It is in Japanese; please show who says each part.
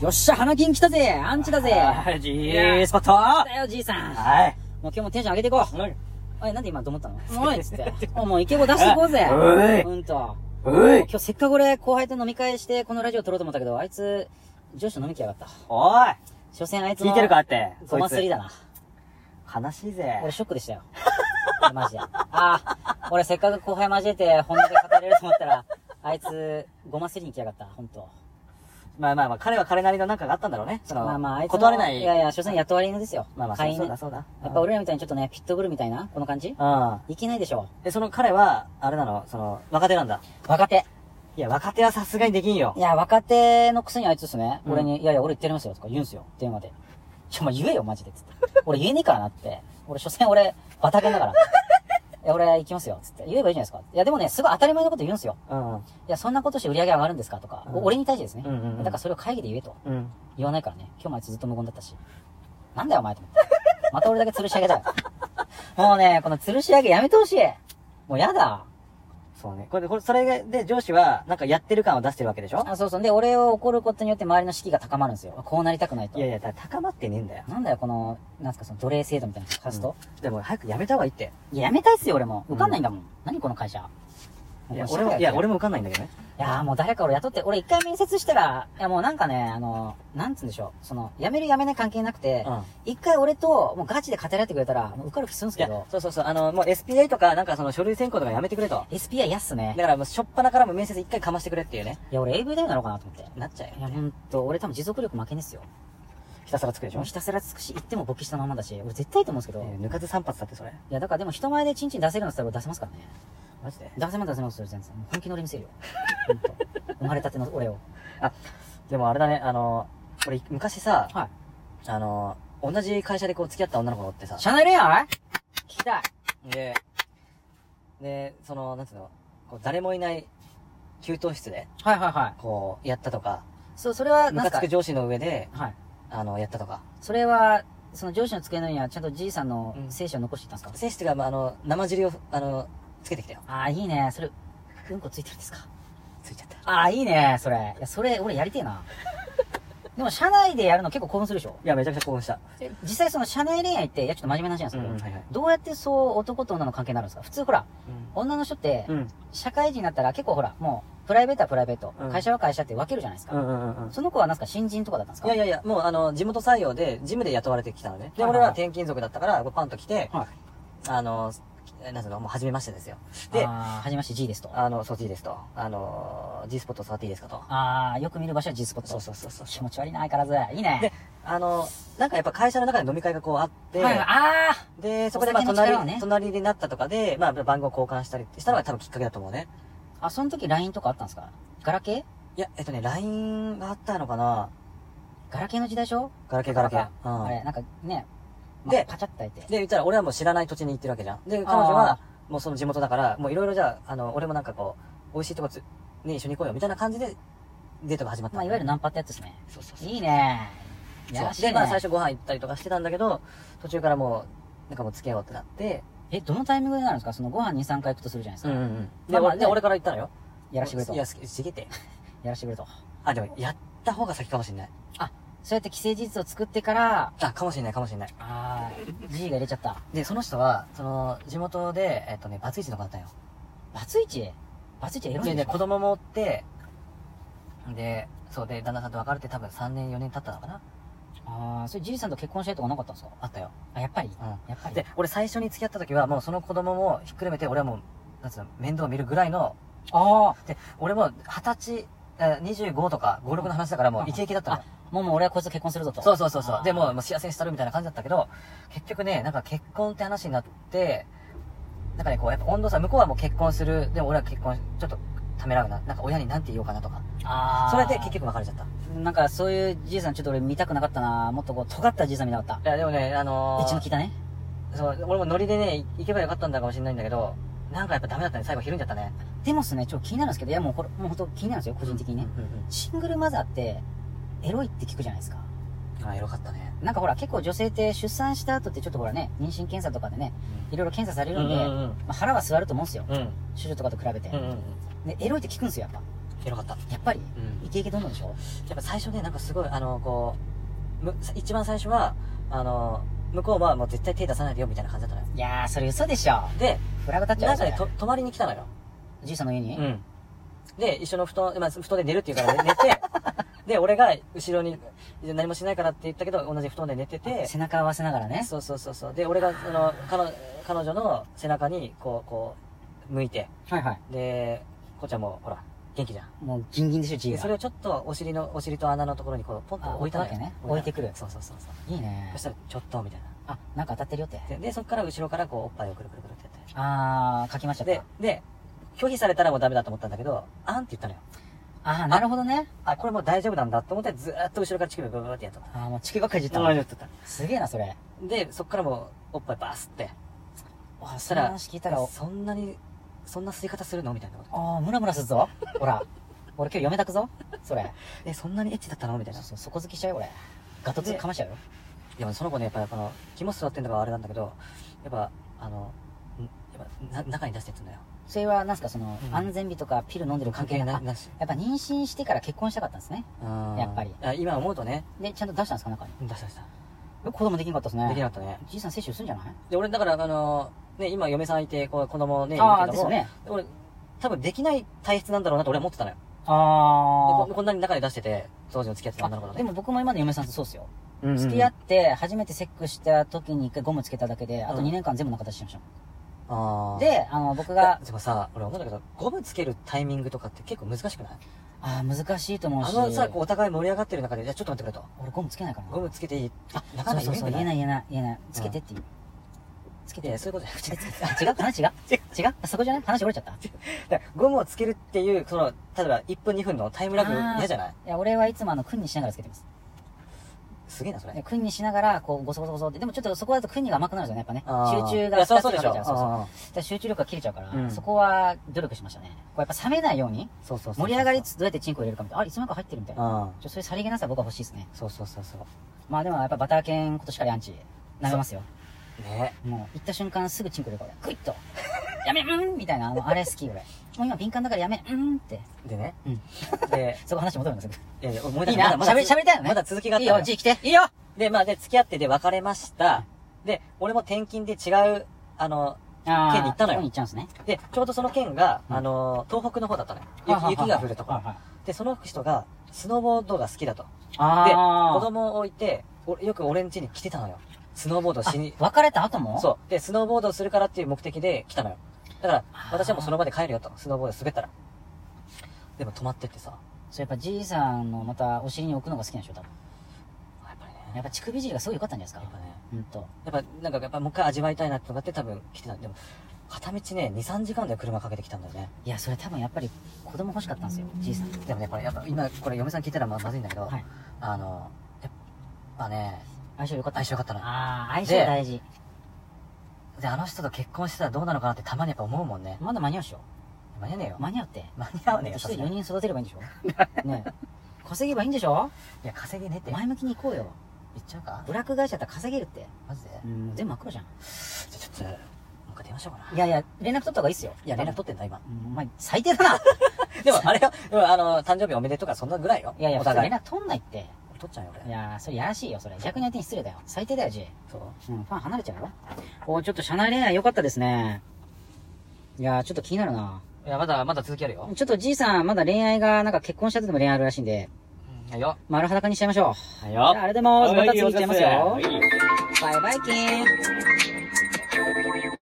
Speaker 1: よっしゃ、花金来たぜアンチだぜ
Speaker 2: はい、G スポットは
Speaker 1: だよ、じいさんも
Speaker 2: い。
Speaker 1: う今日もテンション上げていこうおい、なんで今と思ったのおいっつって。おいもうイケボ出していこうぜ
Speaker 2: おい
Speaker 1: うんと。
Speaker 2: お
Speaker 1: 今日せっかく俺、後輩と飲み会して、このラジオ撮ろうと思ったけど、あいつ、上司と飲みきやがった。
Speaker 2: おい
Speaker 1: 所詮あいつの
Speaker 2: 聞いてるかって。
Speaker 1: ゴマ
Speaker 2: そ
Speaker 1: ス
Speaker 2: いつ
Speaker 1: リだな。
Speaker 2: 悲しいぜ。
Speaker 1: 俺ショックでしたよ。マジで。ああ、俺せっかく後輩交えて本音で語れると思ったら、あいつ、ゴマすりに来やがった、ほんと。
Speaker 2: まあまあまあ、彼は彼なりのなんかがあったんだろうね。その、
Speaker 1: まあまあ、あいつも。
Speaker 2: 断れない。
Speaker 1: いやいや、所詮雇われ犬ですよ。
Speaker 2: まあまあ、
Speaker 1: 飼い
Speaker 2: そう
Speaker 1: 犬
Speaker 2: だそうだ。
Speaker 1: やっぱ俺らみたいにちょっとね、ピットブルみたいな、この感じ
Speaker 2: うん。
Speaker 1: いけないでしょ。
Speaker 2: え、その彼は、あれなのその、若手なんだ。
Speaker 1: 若手。
Speaker 2: いや、若手はさすがにできんよ
Speaker 1: い。や、若手のくせにあいつですね、
Speaker 2: うん
Speaker 1: 俺に、いやいや、俺言ってやりますよ、とか言うんすよ、電話で。ちょ、ま言えよ、マジで、つって。俺言えねえからなって。俺、所詮俺、バタケンだから。いや、俺行きますよ、つって。言えばいいじゃないですか。いや、でもね、すごい当たり前のこと言うんすよ。
Speaker 2: うん。
Speaker 1: いや、そんなことして売り上げ上がるんですかとか、
Speaker 2: うん
Speaker 1: 俺に対してですね、
Speaker 2: うんうんうん
Speaker 1: だからそれを会議で言えと。
Speaker 2: うん。
Speaker 1: 言わないからね。今日もあいつずっと無言だったし。なんだよ、お前と思って。また俺だけ吊るし上げだよ。もうね、この吊るし上げやめてほしい。もうやだ。
Speaker 2: そうね。これ、これ、それで上司は、なんかやってる感を出してるわけでしょ
Speaker 1: あ、そうそう。で、俺を怒ることによって周りの士気が高まるんですよ。こうなりたくないと。
Speaker 2: いやいや、だから高まってねえんだよ。
Speaker 1: なんだよ、この、なんすか、その奴隷制度みたいなのカスト、
Speaker 2: でも早くやめた方がいいって。
Speaker 1: いや、やめたいっすよ、俺も。受かんないんだもん。何この会社。
Speaker 2: いや、俺も、いや、俺
Speaker 1: も
Speaker 2: も受かんないんだけどね。
Speaker 1: う。いや、もう誰か俺雇って、俺一回面接したら、いや、もうなんかね、あの、なんつうんでしょう。その、辞める辞めない関係なくて、
Speaker 2: うん。
Speaker 1: 一回俺と、もうガチで語り合ってくれたら、もう受かる気するんす
Speaker 2: い
Speaker 1: け
Speaker 2: や
Speaker 1: ど、、
Speaker 2: そうそうそう、あの、もう SPA とか、なんかその書類選考とかやめてくれと。
Speaker 1: SPI 安っすね
Speaker 2: だ。からもう、しょっぱなからも面接一回かましてくれっていうね。
Speaker 1: いや、俺 AV だよなのかなと思って。
Speaker 2: なっちゃう
Speaker 1: い
Speaker 2: よ
Speaker 1: や、。ほんと、俺多分持続力負けねっすよ。
Speaker 2: ひたすらつくでし
Speaker 1: も
Speaker 2: ょ
Speaker 1: うひたすら尽くし、行っても勃起したままだし、俺絶対いいと思うんですけ
Speaker 2: え
Speaker 1: ど、
Speaker 2: ー抜かず3発だってそれ。
Speaker 1: いや、だからでも人前でチンチン出せるのって言ったら俺出せますからね。
Speaker 2: マジで。
Speaker 1: 出せます出せます、それ全然。もう本気の俺見 せるよ。ほんと生まれたての俺を。
Speaker 2: でもあれだね、あの、俺昔さ、
Speaker 1: はい。
Speaker 2: あの、同じ会社でこう付き合った女の子がおってさ、
Speaker 1: 社内恋愛聞きたい。
Speaker 2: で、で、その、なんつうの、こう誰もいない給湯室で、
Speaker 1: はいはいはい。
Speaker 2: こう、やったとか、
Speaker 1: そう、それは、
Speaker 2: ム
Speaker 1: なん
Speaker 2: カつ
Speaker 1: か
Speaker 2: く、上司の上で、
Speaker 1: はい。
Speaker 2: あの、やったとか。
Speaker 1: それは、その上司の机の上には、ちゃんとじいさんの
Speaker 2: うん
Speaker 1: 精子を残していたんですか、
Speaker 2: 選手が、まあ、あの、生汁を、あの、つけてきたよ。
Speaker 1: ああ、いいね。それ、うんこついてるんですか
Speaker 2: ついちゃった。い
Speaker 1: ああ、いいね、それ。いや、それ、俺やりてえ な。でも、社内でやるの結構興奮するでしょ
Speaker 2: や、めちゃくちゃ興奮した。
Speaker 1: え実際その社内恋愛って、いや、ちょっと真面目な話なんですけど、
Speaker 2: うんはいはい
Speaker 1: どうやってそう男と女の関係になるんですか普通ほら、女の人って、
Speaker 2: うん。
Speaker 1: 社会人になったら結構ほら、もう、プライベートはプライベート、
Speaker 2: うん
Speaker 1: 会社は会社って分けるじゃないですか。
Speaker 2: うんうんうんうん。
Speaker 1: その子はなんすか新人とかだったんですか
Speaker 2: いやいやいや、もうあの、地元採用で、ジムで雇われてきたのね。で、
Speaker 1: はいはいはい
Speaker 2: 俺らは転勤族だったから、こうパンと来て、
Speaker 1: はい。
Speaker 2: あの、なんていうの、もう初めましてですよ。
Speaker 1: で、
Speaker 2: で、
Speaker 1: はじめまして G ですと。
Speaker 2: あの、そっちいいですと。あの、G スポット触っていいですかと。
Speaker 1: あー、よく見る場所は G スポット。
Speaker 2: そうそうそうそう
Speaker 1: 気持ち悪いな、相変わらず。いいね
Speaker 2: で。あの、なんかやっぱ会社の中で飲み会がこうあって、
Speaker 1: はい、あ
Speaker 2: で、そこでまあ
Speaker 1: お酒の力
Speaker 2: 隣、
Speaker 1: をね
Speaker 2: 隣になったとかで、まあ番号交換したりしたのが多分きっかけだと思うね。
Speaker 1: ー、あ、その時 LINE とかあったんですかガラケ
Speaker 2: いや、えっとね、LINE があったのかな
Speaker 1: ーガラケーの時代でしょ
Speaker 2: ガラケーガラケー。
Speaker 1: あれ、
Speaker 2: う
Speaker 1: なんかね、ま
Speaker 2: で
Speaker 1: パチャって開いて
Speaker 2: ん。。で、言ったら俺はもう知らない土地に行ってるわけじゃん。で、彼女は
Speaker 1: あ、
Speaker 2: もうその地元だから、もういろいろじゃあ、あの、俺もなんかこう、美味しいとこつ、ね、一緒に行こうよ、みたいな感じで、デートが始まった。
Speaker 1: まあ、いわゆるナンパってやつですね。
Speaker 2: そうそうそう。
Speaker 1: いいねいやらしい
Speaker 2: で、
Speaker 1: ね。
Speaker 2: まあ最初ご飯行ったりとかしてたんだけど、途中からもう、なんかもう付き合おうってなって、
Speaker 1: え、どのタイミングになるんですかそのご飯2、3回行くとするじゃないですか。
Speaker 2: ん
Speaker 1: ま
Speaker 2: で、
Speaker 1: あまあ
Speaker 2: 俺で俺から言ったのよ。
Speaker 1: やらしてくれと。
Speaker 2: い
Speaker 1: や
Speaker 2: や、すげえて。
Speaker 1: らしてくれと。
Speaker 2: あ、でも、やった方が先かもしんない。
Speaker 1: そうやって既成事実を作ってから、
Speaker 2: あ、かもしんない、かもしんない。
Speaker 1: あー、G が入れちゃった。
Speaker 2: で、その人は、その、地元で、えっとね、バツイチの子だったんよ。
Speaker 1: バツイチバツイチエロい
Speaker 2: で、
Speaker 1: んで
Speaker 2: で、
Speaker 1: しょ
Speaker 2: 子供もおって、で、そうで、旦那さんと別れて多分3年、4年経ったのかな
Speaker 1: あー、それ G さんと結婚したいとかなかったんですか
Speaker 2: あったよ。
Speaker 1: あ、やっぱり
Speaker 2: うん。
Speaker 1: やっぱり。
Speaker 2: で、俺最初に付き合った時は、もうその子供もひっくるめて、俺はもう、なんつうの、面倒見るぐらいの、
Speaker 1: ああ。
Speaker 2: で、俺も二十歳、えー25とか5、6の話だからもうイケイケだったのよ。
Speaker 1: もうもう俺はこいつと結婚するぞと。
Speaker 2: そうそうそうそ
Speaker 1: あ
Speaker 2: う。
Speaker 1: ー
Speaker 2: でもう、もう幸せにしたるみたいな感じだったけど、結局ね、なんか結婚って話になって、なんかね、こう、やっぱ温度差、向こうはもう結婚する、でも俺は結婚、ちょっとためらうな、なんか親になんて言おうかなとか。
Speaker 1: ああ。
Speaker 2: それで結局別れちゃった。い
Speaker 1: なんかそういうじいさんちょっと俺見たくなかったなもっとこう尖ったじいさん見たかった。
Speaker 2: や、でもね、あの
Speaker 1: 一の聞いたね。
Speaker 2: そう、俺もノリでね、行けばよかったんだかもしれないんだけど、なんかやっぱダメだったね、最後ひるんじゃったね。
Speaker 1: でもっすね、ちょっと気になるんですけど、いやもうこれ、もう本当気になるんですよ、個人的にね。シングルマザーって、エロいって聞くじゃないですか。
Speaker 2: ああ、エロかったね。
Speaker 1: なんかほら、結構女性って出産した後ってちょっとほらね、妊娠検査とかでね、いろいろ検査されるんで、
Speaker 2: うんうんうん
Speaker 1: まあ腹は座ると思うんですよ。
Speaker 2: うん。
Speaker 1: 手術とかと比べて。
Speaker 2: うんうんう
Speaker 1: で、
Speaker 2: ん。
Speaker 1: エロいって聞くんですよ、やっぱ。
Speaker 2: よかった。
Speaker 1: やっぱり、
Speaker 2: うん。
Speaker 1: イケイケどんどんでしょ
Speaker 2: やっぱ最初ね、なんかすごい、あの、こう、む一番最初は、あの、向こうはもう絶対手出さないでよみたいな感じだったのよ。
Speaker 1: いやー、それ嘘でしょ。
Speaker 2: で、
Speaker 1: フラグ立っちゃう
Speaker 2: な
Speaker 1: よ
Speaker 2: んかね、
Speaker 1: そ
Speaker 2: と
Speaker 1: れ
Speaker 2: 泊まりに来たのよ。
Speaker 1: じいさんの家に、
Speaker 2: ん。で、一緒の布団、まあ、布団で寝るって言うから寝 て、で、俺が後ろに何もしないからって言ったけど、同じ布団で寝てて、
Speaker 1: 背中合わせながらね。
Speaker 2: そうそうそうそう。で、俺が、その、彼女彼女の背中に、こう、こう、向いて、
Speaker 1: はいはい。
Speaker 2: で、こうちゃんも、ほら、元気じゃん。
Speaker 1: もうギンギンでしょ、じい
Speaker 2: で、
Speaker 1: が。
Speaker 2: それをちょっと、お尻の、お尻と穴のところに、こう、ポンと
Speaker 1: あ
Speaker 2: 置いたわけ
Speaker 1: 置いたわけ
Speaker 2: ね
Speaker 1: ね。
Speaker 2: たの
Speaker 1: 置いてくる
Speaker 2: そうそうそうそう。
Speaker 1: いいね
Speaker 2: そし。たら、ちょっと、みたいな。
Speaker 1: あ、なんか当たってるよって。
Speaker 2: でで、そこから後ろからこう、おっぱいをくるくるくるってやっ。
Speaker 1: あー、書きましてた
Speaker 2: で
Speaker 1: か。、
Speaker 2: で、拒否されたらもうダメだと思ったんだけど、あんって言ったのよ。
Speaker 1: あー、なるほどね。
Speaker 2: あ、これもう大丈夫なんだと思って、ずーっと後ろから乳首ブーブーってやっとった。
Speaker 1: あー、もう地球ばっかりじった
Speaker 2: あーやっとった
Speaker 1: すげえな、それ。
Speaker 2: で、そこからもう、おっぱいバースって。
Speaker 1: あ、そ
Speaker 2: そ
Speaker 1: の
Speaker 2: ら
Speaker 1: 話聞いたら、あ
Speaker 2: そんなに、そんな吸い方するのみたいなこと。
Speaker 1: ー、ムラムラするぞ。ほら。 俺今日嫁たくぞ。それ。
Speaker 2: え、そんなにエッチだったのみたいな
Speaker 1: そう。そう、底好きしちゃうよ、俺。ガトツかましちゃうよ。
Speaker 2: でもその子ね、やっぱ、この、肝座ってんだからあれなんだけど、やっぱ、あの、んやっぱ、な、中に出してってんだよ。
Speaker 1: それは、なんすか、その、
Speaker 2: うん
Speaker 1: 安全日とかピル飲んでる関係がな。
Speaker 2: ないなし。
Speaker 1: やっぱ妊娠してから結婚したかったんですね。や
Speaker 2: や
Speaker 1: っぱり。
Speaker 2: あ今思うとね、
Speaker 1: で、ちゃんと出したんですか、中に。
Speaker 2: 出した出した。
Speaker 1: よく子供できなかったですね。
Speaker 2: できなかったね。
Speaker 1: じいさん接種するんじゃない
Speaker 2: で、俺、だから、あの、ね、今嫁さんいて、こう子供ね、いる
Speaker 1: ああ、
Speaker 2: け
Speaker 1: です
Speaker 2: ど
Speaker 1: よ
Speaker 2: も、
Speaker 1: ね。
Speaker 2: 俺、多分できない体質なんだろうなって俺は思ってたのよ。で
Speaker 1: あ
Speaker 2: ここんなに中に出してて、当時の付き合ってた
Speaker 1: あ。
Speaker 2: 女の子と
Speaker 1: で
Speaker 2: ね。
Speaker 1: も僕も今の嫁さんとそうっすよ。
Speaker 2: うんうんうん
Speaker 1: 付き合って、初めてセックスした時に一回ゴムつけただけで、あと
Speaker 2: うん
Speaker 1: 2年間全部中出しまし
Speaker 2: あ
Speaker 1: た。
Speaker 2: ー、
Speaker 1: で、あの、僕が
Speaker 2: が、、でもさ、俺思うんだけど、ゴムつけるタイミングとかって結構難しくない
Speaker 1: ああ、難しいと思う
Speaker 2: あ
Speaker 1: し。
Speaker 2: のさ、こうお互い盛り上がってる中で、じゃあちょっと待ってくれと。
Speaker 1: 俺ゴムつけないからな
Speaker 2: ゴ。ムつけていいあ、なか
Speaker 1: そ
Speaker 2: な
Speaker 1: う
Speaker 2: か。
Speaker 1: そうそう、言えないい言えない言えない。つけてって言う。
Speaker 2: つけていや、そういうことじゃなくて
Speaker 1: えつけあ違う 話違う違うそこじゃない話折れちゃったい
Speaker 2: だからゴムをつけるっていう、その、例えば1分2分のタイムラグ
Speaker 1: あー
Speaker 2: 嫌じゃない
Speaker 1: や、俺はいつもあの、訓にしながらつけてます。
Speaker 2: すげえな、それ。
Speaker 1: で訓にしながら、こう、ゴソゴソゴソって。でもちょっとそこだと訓にが甘くなるじゃんね、やっ
Speaker 2: あ
Speaker 1: ぱね。
Speaker 2: ー
Speaker 1: 集中
Speaker 2: い
Speaker 1: が
Speaker 2: や、そうそう
Speaker 1: 二
Speaker 2: で
Speaker 1: つ
Speaker 2: し
Speaker 1: かかる
Speaker 2: ょ。
Speaker 1: じゃんそうそう。だ
Speaker 2: あ
Speaker 1: から集中力が切れちゃうから、
Speaker 2: うん
Speaker 1: そこは努力しましたね。こうやっぱ冷めないように、
Speaker 2: ーそうそうそう。
Speaker 1: 盛り上がりつつどうやってチンコ入れるかみたいな。あ、いつの間にか入ってるみたいな。
Speaker 2: うん。
Speaker 1: ちょそういうさりげなさは僕は欲しいですね。
Speaker 2: そうそうそうそう。
Speaker 1: まあでもやっぱバター犬ことしかりアンチ、舐めますよ。
Speaker 2: ね
Speaker 1: もう行った瞬間すぐチンコ入れるから、グイッと。 やめ、うんみたいな、あのあれ好き俺。もう今敏感だからやめ、うんって。
Speaker 2: でね。
Speaker 1: うん。
Speaker 2: で、
Speaker 1: そこ話戻るんですよ。
Speaker 2: い やいや、思い出
Speaker 1: いい
Speaker 2: した
Speaker 1: な、
Speaker 2: まだ
Speaker 1: 喋り、喋りたいよね。
Speaker 2: まだ続きがあっ
Speaker 1: い
Speaker 2: た
Speaker 1: い
Speaker 2: の
Speaker 1: よ、G 来て。いいよ
Speaker 2: で、まあ、で、付き合ってで別れました。で、俺も転勤で違う、あの、
Speaker 1: あー
Speaker 2: 県に行ったのよ
Speaker 1: そこに行っちゃうんですね。
Speaker 2: で、ちょうどその県が、
Speaker 1: うん
Speaker 2: あの、東北の方だったのよ。
Speaker 1: ははは
Speaker 2: 雪雪が降るとこ
Speaker 1: は
Speaker 2: ろ
Speaker 1: い。はい
Speaker 2: で、その人が、スノーボードが好きだと。で、
Speaker 1: あ
Speaker 2: 子
Speaker 1: ー。
Speaker 2: 供を置いて、およく俺ん家に来てたのよ。スノーボードしに。
Speaker 1: あ別れた後もう。
Speaker 2: そう。で、スノーボードをするからっていう目的で来たのよ。だから
Speaker 1: あ、ー
Speaker 2: 私はもうその場で帰るよと。スノーボード滑ったら。でも止まってってさ。
Speaker 1: そうやっぱじいさんのまたお尻に置くのが好きなんでしょ、多分。
Speaker 2: あやっぱりね。
Speaker 1: やっぱ乳首尻がすごい良かったんじゃないで
Speaker 2: やっ
Speaker 1: すか
Speaker 2: ぱ。ね。
Speaker 1: うんと。
Speaker 2: やっぱ、なんか、やっぱもう一回味わいたいなってのがあって多分来てた。でも、片道ね、2、3時間で車かけてきたんだよね。
Speaker 1: いや、それ多分やっぱり子供欲しかったんですよ、じいさん。
Speaker 2: でもね、これやっぱ今、これ嫁さん聞いたらままずいんだけど、
Speaker 1: はい
Speaker 2: あの、やっぱね、
Speaker 1: 相性良かった
Speaker 2: 相。性良かったな。
Speaker 1: ああ、相性大事。
Speaker 2: で、あの人と結婚してたらどうなのかなってたまにやっぱ思うもんね。
Speaker 1: まだ間に合うでしょ。
Speaker 2: 間に合わねえよ。
Speaker 1: 間に合うって。
Speaker 2: 間に合わねえよ、
Speaker 1: 一
Speaker 2: さ
Speaker 1: 人
Speaker 2: すが
Speaker 1: 4
Speaker 2: に。い
Speaker 1: 人育てればいいんでし ょねえ稼げばいいんでしょ
Speaker 2: や、稼げねえって。
Speaker 1: 前向きに行こうよ。
Speaker 2: 言っちゃうか
Speaker 1: ブラック会社だったら稼げるって。
Speaker 2: マジで
Speaker 1: うん、全部真っ黒じゃん。
Speaker 2: じゃ、ちょっと、もう一回電話しようかな。
Speaker 1: いやいや、連絡取った方がいいっすよ。
Speaker 2: いや、連絡取ってんだ、 今。
Speaker 1: うん、お前、最低 だな
Speaker 2: でも、あれよ、でもあの、誕生日おめでとうか、そんなぐらいよ。
Speaker 1: いやいや、
Speaker 2: お
Speaker 1: 普通
Speaker 2: 互
Speaker 1: 連
Speaker 2: い。
Speaker 1: 絡取んないって。
Speaker 2: 取っちゃうよ、
Speaker 1: い
Speaker 2: 俺。
Speaker 1: やー、それやらしいよ、それ。逆に相手に失礼だよ。最低だよ、G。
Speaker 2: そう。
Speaker 1: うん、ファン離れちゃうよ。おーちょっと社内恋愛良かったですね。いやー、ちょっと気になるな。
Speaker 2: いや、まだ、まだ続きあるよ。
Speaker 1: ちょっとじいさん、まだ恋愛が、なんか結婚した後でも恋愛あるらしいんで、
Speaker 2: はいよ。
Speaker 1: 丸裸にしちゃいましょう。
Speaker 2: はい
Speaker 1: じゃあ、
Speaker 2: よ。
Speaker 1: あれでも、また次行っちゃいますよ
Speaker 2: は。い
Speaker 1: バイバイキン。